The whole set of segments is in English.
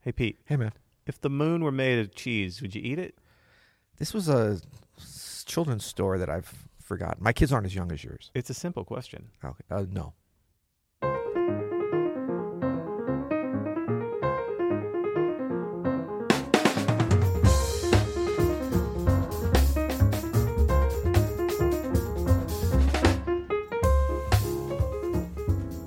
Hey Pete, Hey, man. if the moon were made of cheese, would you eat it? This was a s- children's store that I've forgotten. My kids aren't as young as yours. It's a simple question. Okay. Uh, no.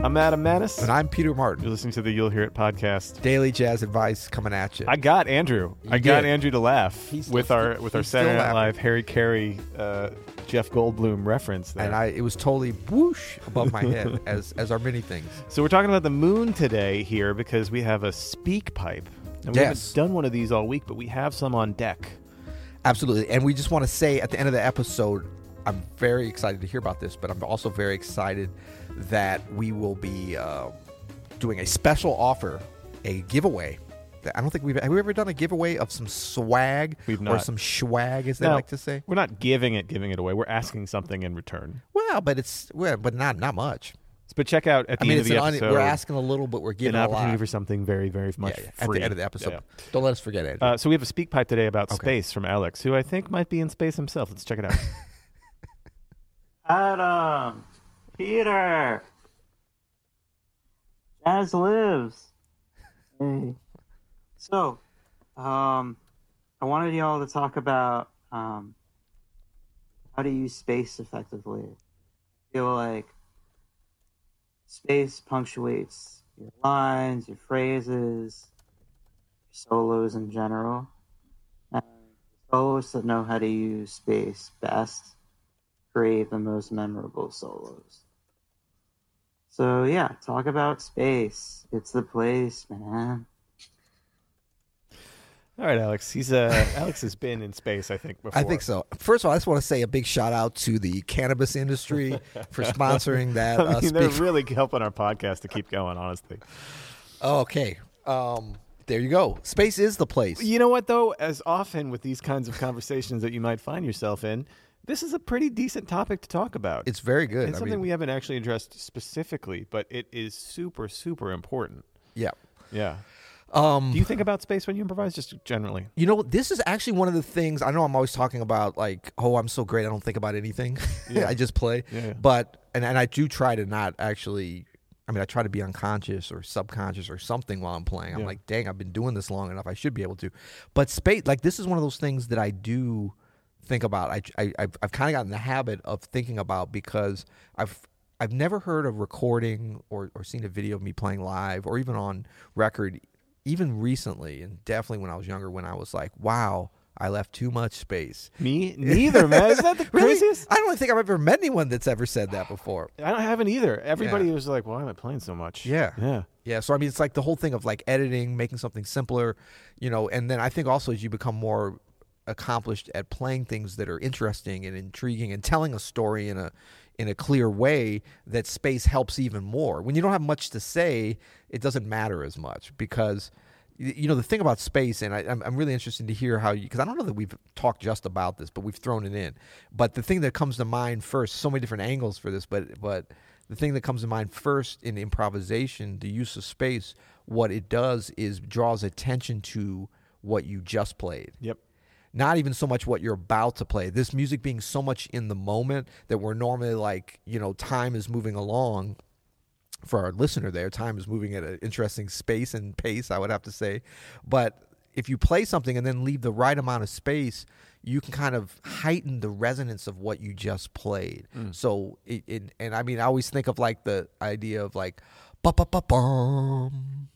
I'm Adam Manis. And I'm Peter You're Martin. listening to the You'll Hear It podcast. Daily jazz advice coming at you. I got Andrew. I got did. Andrew to laugh He's with still- our with our he's still Saturday Night laughing. Live Harry Carey, uh, Jeff Goldblum reference. There. and I it was totally whoosh above my head as as are many things. so we're talking about the moon today here because we have a speak pipe. And we Yes. haven't done one of these all week, but we have some on deck. Absolutely. And we just want to say at the end of the episode, I'm very excited to hear about this, but I'm also very excited that we will be uh, doing a special offer, a giveaway. that- I don't think we've have we ever done a giveaway of some swag We've or not. some swag, as they Now, like to say. We're not giving it, giving it away. We're asking something in return. Well, but it's well, but not not much. But check out at the I mean, end of it's the an onion- episode. we're asking a little, but we're an giving a opportunity lot. for something very, very much Yeah, yeah, free at the end of the episode. Yeah. Don't let us forget it. Uh, so we have a speak pipe today about Okay. space from Alex, who I think might be in space himself. Let's check it out. Adam, Peter, Jazz lives. Hey. So, um, I wanted y'all to talk about um, how to use space effectively. I feel like space punctuates your lines, your phrases, your solos in general. And soloists that know how to use space best create the most memorable solos. So yeah, talk about space. It's the place, man. All right, Alex. He's uh, Alex has been in space, I think. Before. I think so. First of all, I just want to say a big shout out to the cannabis industry for sponsoring that. I uh, mean, they're speak- really helping our podcast to keep going. Honestly, Oh, okay, um, there you go. Space is the place. you know what though? As often with these kinds of conversations that you might find yourself in, this is a pretty decent topic to talk about. It's very good. It's I something mean, we haven't actually addressed specifically, but it is super, super important. yeah. Yeah. Um, Do you think about space when you improvise, just generally? You know, this is actually one of the things I know I'm always talking about, like, oh, I'm so great, I don't think about anything. I just play. Yeah, yeah. But and, and I do try to not actually I mean, I try to be unconscious or subconscious or something while I'm playing. I'm Yeah. like, dang, I've been doing this long enough. I should be able to. But space, like, this is one of those things that I do think about. I, I I've, I've kind of gotten the habit of thinking about because I've I've never heard a recording or, or seen a video of me playing live or even on record, even recently and definitely when I was younger when I was like, wow, I left too much space. Me neither, man. Isn't that the Really? craziest? I don't think I've ever met anyone that's ever said that before. I don't haven't either. Everybody was like, "Why am I playing so much?" Yeah. yeah. Yeah, so I mean, it's like the whole thing of like editing, making something simpler, you know. And then I think also as you become more accomplished at playing things that are interesting and intriguing and telling a story in a in a clear way, that space helps even more. When you don't have much to say, it doesn't matter as much because y- you know the thing about space and I, I'm, I'm really interested to hear how you because i don't know that we've talked just about this but we've thrown it in but the thing that comes to mind first so many different angles for this but but the thing that comes to mind first in improvisation the use of space what it does is draws attention to what you just played Yep. not even so much what you're about to play. This music being so much in the moment that we're normally like, you know, time is moving along for our listener there. Time is moving at an interesting space and pace, I would have to say. But if you play something and then leave the right amount of space, you can kind of heighten the resonance of what you just played. So, it, it, and I mean, I always think of like the idea of like, ba ba ba bum,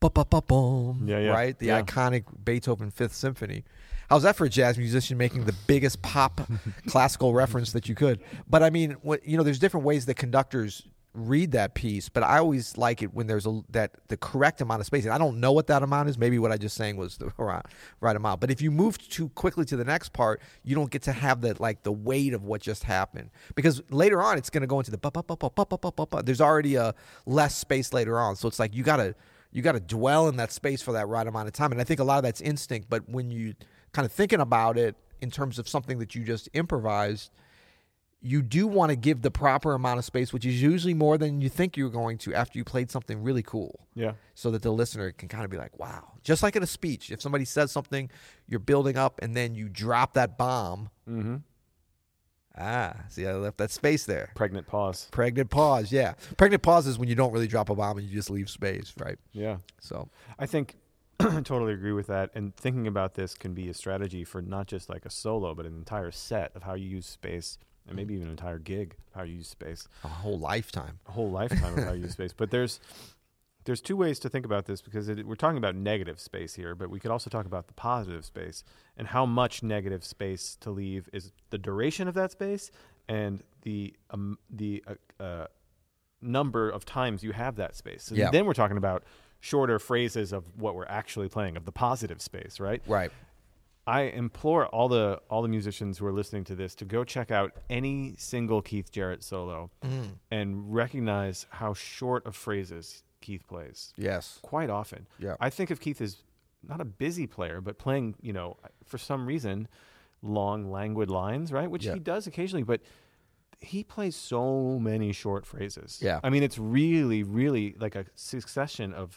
ba ba ba bum, Yeah, yeah, right? The yeah. iconic Beethoven Fifth Symphony. How's that for a jazz musician making the biggest pop classical reference that you could? But I mean, what you know, there's different ways that conductors read that piece, but I always like it when there's a that the correct amount of space. And I don't know what that amount is. Maybe what I just sang was the right, right amount. But if you move too quickly to the next part, you don't get to have that like the weight of what just happened. Because later on it's gonna go into the bu- bu- bu- bu- bu- bu- bu- bu- bu- there's already a less space later on. So it's like you gotta you got to dwell in that space for that right amount of time and i think a lot of that's instinct but when you kind of thinking about it in terms of something that you just improvised you do want to give the proper amount of space, which is usually more than you think you're going to after you played something really cool, Yeah. so that the listener can kind of be like, wow. Just like in a speech, if somebody says something, you're building up and then you drop that bomb. Mm-hmm. Ah, see, I left that space there. Pregnant pause. Pregnant pause, yeah. Pregnant pause is when you don't really drop a bomb and you just leave space, right? Yeah. So, I think I totally agree with that. And thinking about this can be a strategy for not just like a solo, but an entire set of how you use space and maybe even an entire gig of how you use space, a whole lifetime. a whole lifetime of how you use space. But there's there's two ways to think about this because it, we're talking about negative space here, but we could also talk about the positive space and how much negative space to leave is the duration of that space and the um, the uh, uh, number of times you have that space. And Yeah. then we're talking about shorter phrases of what we're actually playing of the positive space, right? Right. I implore all the all the musicians who are listening to this to go check out any single Keith Jarrett solo and recognize how short of phrases Keith plays Yes. quite often. Yeah. I think of Keith as not a busy player, but playing, you know, for some reason, long, languid lines, right? Which Yeah. he does occasionally, but he plays so many short phrases. Yeah. I mean, it's really, really like a succession of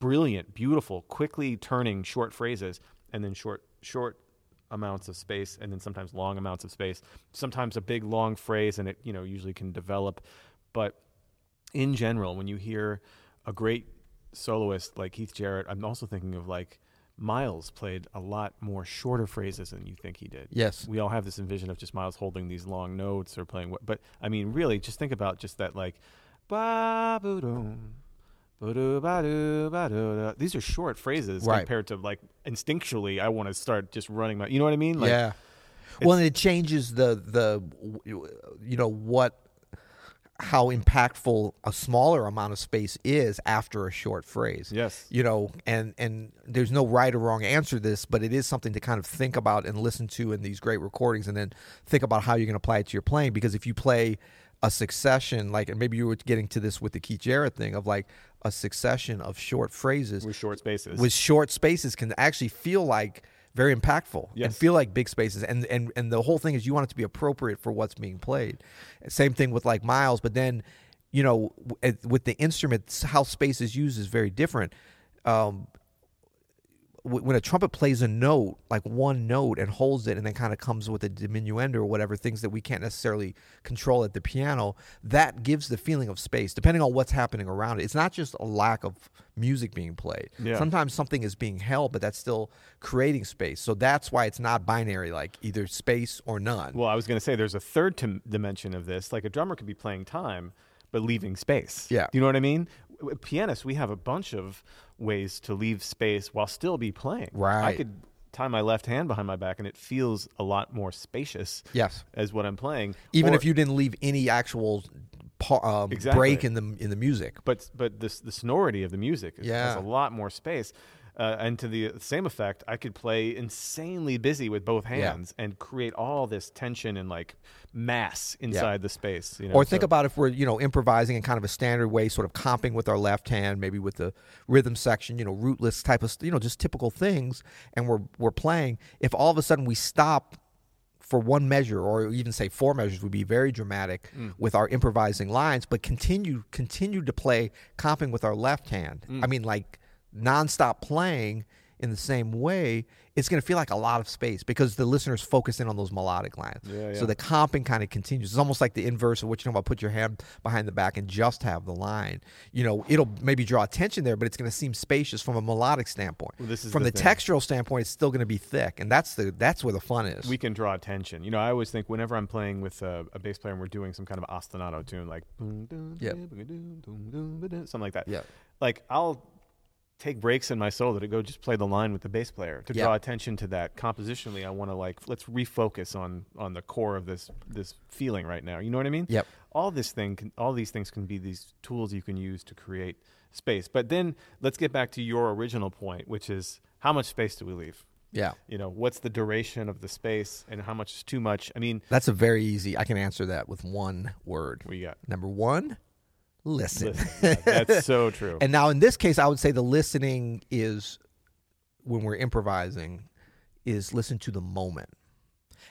brilliant, beautiful, quickly turning short phrases and then short, short amounts of space and then sometimes long amounts of space sometimes a big long phrase and it you know usually can develop but in general, when you hear a great soloist like Keith Jarrett, I'm also thinking of like Miles played a lot more shorter phrases than you think he did. Yes. We all have this envision of just Miles holding these long notes or playing what, but I mean, really, just think about just that like, ba boo doom. These are short phrases Right. compared to like instinctually. I want to start just running my. You know what I mean? Like, yeah. Well, and it changes the the you know what how impactful a smaller amount of space is after a short phrase. Yes. You know, and and there's no right or wrong answer to this, but it is something to kind of think about and listen to in these great recordings and then think about how you're going to apply it to your playing because if you play a succession like and maybe you were getting to this with the Keith Jarrett thing of like a succession of short phrases With short spaces. with short spaces can actually feel like very impactful and Yes. feel like big spaces and and and the whole thing is you want it to be appropriate for what's being played same thing with like miles but then you know w- at- with the instruments how space is used is very different um w- when a trumpet plays a note like one note and holds it and then kind of comes with a diminuendo or whatever things that we can't necessarily control at the piano that gives the feeling of space depending on what's happening around it it's not just a lack of music being played Yeah. sometimes something is being held but that's still creating space so that's why it's not binary like either space or none Well, I was going to say there's a third tim- dimension of this. Like a drummer could be playing time, but leaving space. Yeah. Do you know what I mean? W- Pianists, we have a bunch of ways to leave space while still be playing. I Right. could tie my left hand behind my back and it feels a lot more spacious yes as what I'm playing. even Or- if you didn't leave any actual pa- um, Exactly. break in the in the music but but this the sonority of the music is, has Yeah. a lot more space. Uh, and to the same effect, I could play insanely busy with both hands and create all this tension and like mass inside the space. You know, Or think so- about if we're, you know, improvising in kind of a standard way, sort of comping with our left hand, maybe with the rhythm section, you know, rootless type of, you know, just typical things, and we're we're playing. If all of a sudden we stop for one measure, or even say four measures, would be very dramatic Hmm. with our improvising lines, but continue continue to play comping with our left hand. Hmm. I mean, like nonstop playing in the same way, it's going to feel like a lot of space because the listener's focused in on those melodic lines. Yeah, So yeah. the comping kind of continues. It's almost like the inverse of what you know about put your hand behind the back and just have the line. You know, it'll maybe draw attention there, but it's going to seem spacious from a melodic standpoint. Well, this is from the the, thing. textural standpoint, it's still going to be thick, and that's the that's where the fun is. we can draw attention. You know, I always think whenever I'm playing with a, a bass player and we're doing some kind of ostinato tune, like boom, dun, Yeah. dun, boom, dun, dun, dun, dun, dun, something like that. Yeah. Like I'll take breaks in my solo to go just play the line with the bass player to Yeah. draw attention to that compositionally. I want to like let's refocus on on the core of this this feeling right now. You know what I mean? Yep. All this thing can, all these things can be these tools you can use to create space. But then let's get back to your original point, which is how much space do we leave? yeah, you know what's the duration of the space and how much is too much i mean that's a very easy. I can answer that with one word. we got Number one, listen. listen, yeah, that's so true And now in this case, I would say the listening is when we're improvising is listen to the moment.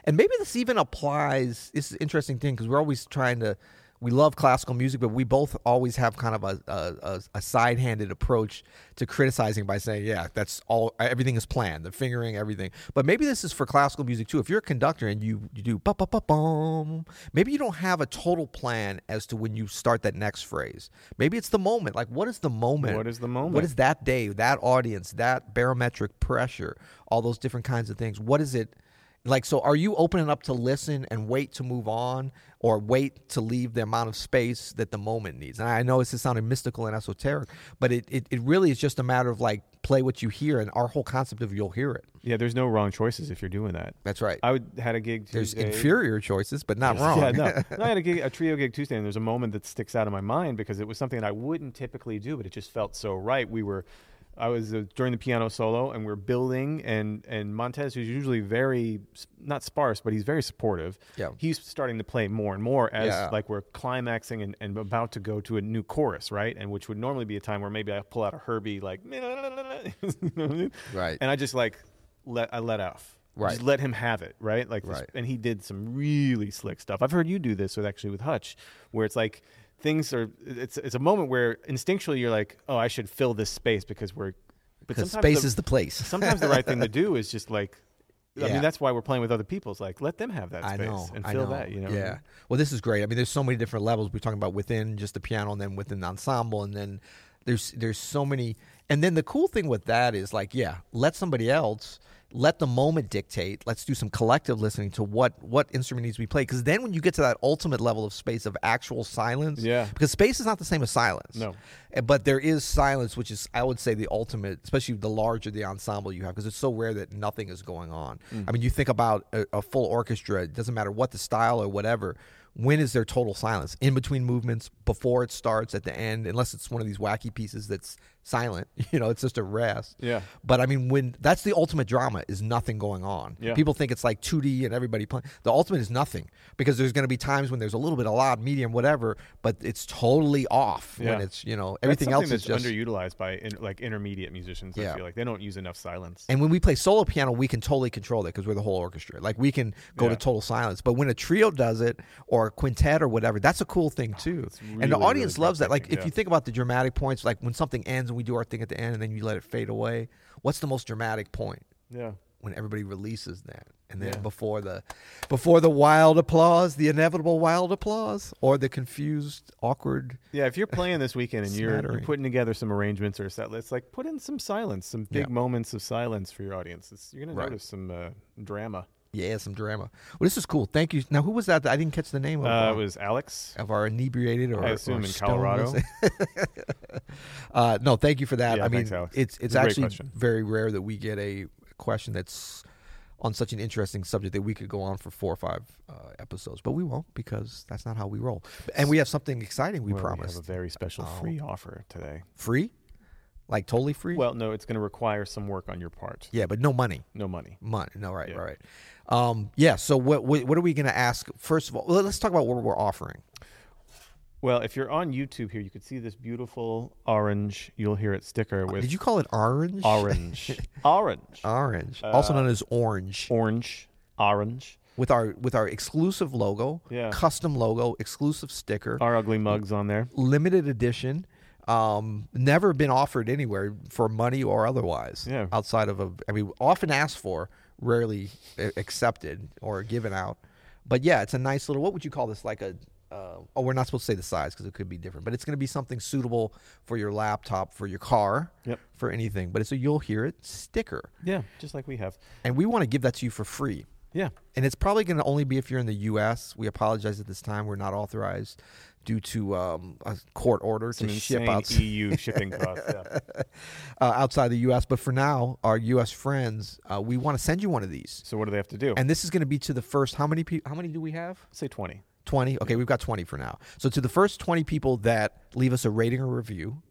and maybe this even applies. It's an interesting thing because we're always trying to. We love classical music, but we both always have kind of a a, a, a side-handed approach to criticizing by saying, "Yeah, that's all. Everything is planned. The fingering, everything." But maybe this is for classical music too. If you're a conductor and you you do ba ba ba bum, maybe you don't have a total plan as to when you start that next phrase. Maybe it's the moment. Like, what is the moment? What is the moment? What is that day? That audience? That barometric pressure? All those different kinds of things. What is it? Like, so are you opening up to listen and wait to move on or wait to leave the amount of space that the moment needs? And I know this is sounding mystical and esoteric, but it, it, it really is just a matter of like play what you hear and our whole concept of you'll hear it. Yeah, there's no wrong choices if you're doing that. That's right. I would had a gig. There's Tuesday. inferior choices, but not wrong. Yeah, no. no. I had a gig, a trio gig Tuesday, and there's a moment that sticks out in my mind because it was something that I wouldn't typically do, but it just felt so right. We were, I was uh, during the piano solo, and we are building, and and Montez, who's usually very s- not sparse, but he's very supportive. Yeah. he's starting to play more and more as Yeah. like we're climaxing and, and about to go to a new chorus, right? And which would normally be a time where maybe I pull out a Herbie, like, you know what I mean? Right. And I just like let I let off. Right. Just let him have it, right? Like this- Right. and he did some really slick stuff. I've heard you do this with actually with Hutch, where it's like things are it's it's a moment where instinctually you're like, oh, I should fill this space because we're but Because sometimes space the, is the place. sometimes the right thing to do is just like I Yeah. mean that's why we're playing with other people. It's like let them have that I space know. and I fill know. that, you know. what I Yeah. mean? Well, this is great. I mean, there's so many different levels we're talking about within just the piano, and then within the ensemble, and then there's there's so many. And then the cool thing with that is like, yeah, let somebody else let the moment dictate. Let's do some collective listening to what what instrument needs to be played. Because then when you get to that ultimate level of space of actual silence, Yeah. because space is not the same as silence. No. Uh, But there is silence, which is, I would say, the ultimate, especially the larger the ensemble you have, because it's so rare that nothing is going on. Mm. I mean, you think about a, a full orchestra, it doesn't matter what the style or whatever. When is there total silence? In between movements, before it starts, at the end, unless it's one of these wacky pieces that's silent, you know, it's just a rest. Yeah. But I mean, when that's the ultimate drama is nothing going on. Yeah. People think it's like 2D and everybody playing. The ultimate is nothing because there's going to be times when there's a little bit of loud, medium, whatever, but it's totally off Yeah. when it's, you know, That's everything else something is just. that's underutilized by in, like intermediate musicians. Yeah. I feel like they don't use enough silence. and when we play solo piano, we can totally control that because we're the whole orchestra. Like we can go to Yeah. total silence. But when a trio does it or a quintet or whatever, that's a cool thing too. and Oh, really, the really audience loves that. Like breathtaking, if yeah. you think about the dramatic points, like when something ends and we do our thing at the end and then you let it fade away, what's the most dramatic point? yeah. when everybody releases that and then Yeah. before the before the wild applause the inevitable wild applause or the confused awkward Yeah, if you're playing this weekend and you're, you're Smattering. putting together some arrangements or a set list, like put in some silence, some big Yeah. moments of silence for your audience. It's, you're going Right. to notice some uh, drama. yeah some drama well this is cool thank you now who was that that- i didn't catch the name of, Uh, our, it was Alex. of our inebriated or I assume or in stoned Colorado. uh, no thank you for that Yeah, i mean thanks, Alex. it's it's a great actually question. very rare that we get a question that's on such an interesting subject that we could go on for four or five uh, episodes but we won't because that's not how we roll and we have something exciting we Well, promised Oh. have a very special free offer today. free like totally free Well, no, it's going to require some work on your part. yeah but no money No money. month no right Yeah. right um yeah so what what, what are we going to ask first of all well, let's talk about what we're offering Well, if you're on YouTube here, you could see this beautiful orange. You'll hear it sticker with Oh, did you Oh. call it orange orange, Uh, orange, orange also known as orange orange, orange. with our with our exclusive logo Yeah. custom logo exclusive sticker Our ugly mugs on there. limited edition um never been offered anywhere for money or otherwise Yeah. outside of a i mean often asked for rarely a- accepted or given out but yeah it's a nice little what would you call this like a uh, oh we're not supposed to say the size because it could be different but it's going to be something suitable for your laptop for your car Yep. for anything but it's a you'll hear it sticker Yeah, just like we have. and we want to give that to you for free Yeah. and it's probably going to only be if you're in the U.S. We apologize at this time; we're not authorized due to um, a court order Some to ship insane e-, outs- EU shipping costs. Yeah. uh, outside the U.S. But for now, our U.S. friends, uh, we want to send you one of these, So what do they have to do? and this is going to be to the first. How many? Pe- how many do we have? Say 20. 20 okay we've got 20 for now so to the first 20 people that leave us a rating or review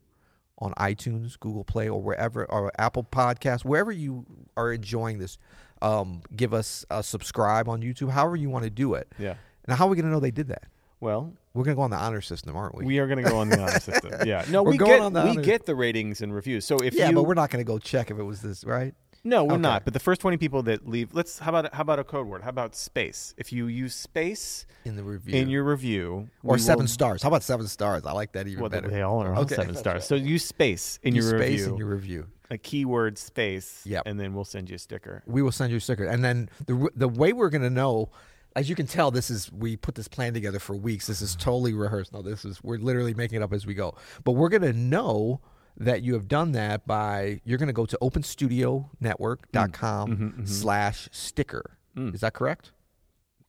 on itunes google play or wherever or apple podcast wherever you are enjoying this um, give us a subscribe on youtube however you want to do it Yeah. now how are we going to know they did that Well, we're going to go on the honor system aren't we, we are going to go on the honor system. Yeah. No, We're we going get on the we honor- get the ratings and reviews. So if yeah you but we're not going to go check if it was this right No, we're Okay. not. But the first twenty people that leave, let's. How about how about a code word? How about space? If you use space in the review in your review, or we seven will- stars. How about seven stars? I like that even Well, better. they all are all Okay. seven stars. So use space in Use your space review, in your review. a keyword space, Yep. and then we'll send you a sticker. we will send you a sticker. And then the the way we're going to know, as you can tell, this is we put this plan together for weeks. This is totally rehearsed. No, this is we're literally making it up as we go. But we're going to know that you have done that by you're going to go to openstudionetwork.com slash sticker. Is that correct?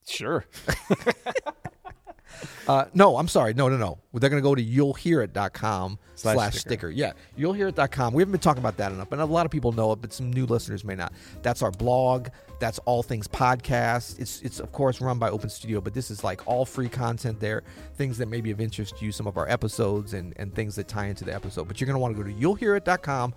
Sure. Uh, no, I'm sorry. No, no, no. They're going to go to you'llhearit.com Slash slash sticker. sticker. Yeah, you'llhearit.com. We haven't been talking about that enough, and a lot of people know it, but some new listeners may not. That's our blog. That's all things podcast. It's it's of course run by Open Studio, but this is like all free content there. Things that may be of interest to you, some of our episodes, and and things that tie into the episode. But you're going to want to go to you'llhearit.com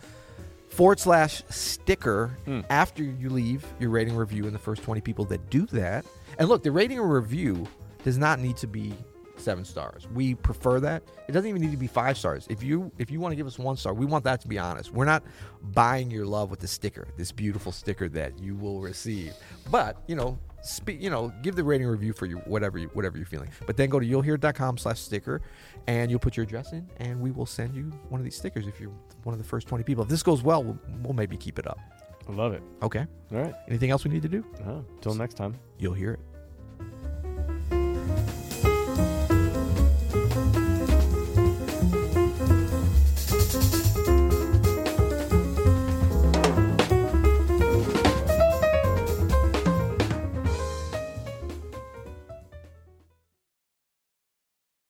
forward slash sticker after you leave your rating review and the first 20 people that do that. And look, the rating or review does not need to be seven stars. We prefer that. It doesn't even need to be five stars. If you if you want to give us one star, we want that to be honest. We're not buying your love with the sticker, this beautiful sticker that you will receive. But, you know, speak you know give the rating review for your whatever you whatever you're feeling but then go to you'llhear.com slash sticker and you'll put your address in and we will send you one of these stickers if you're one of the first 20 people if this goes well we'll, we'll maybe keep it up I love it. okay All right. anything else we need to do Until next time. you'll hear it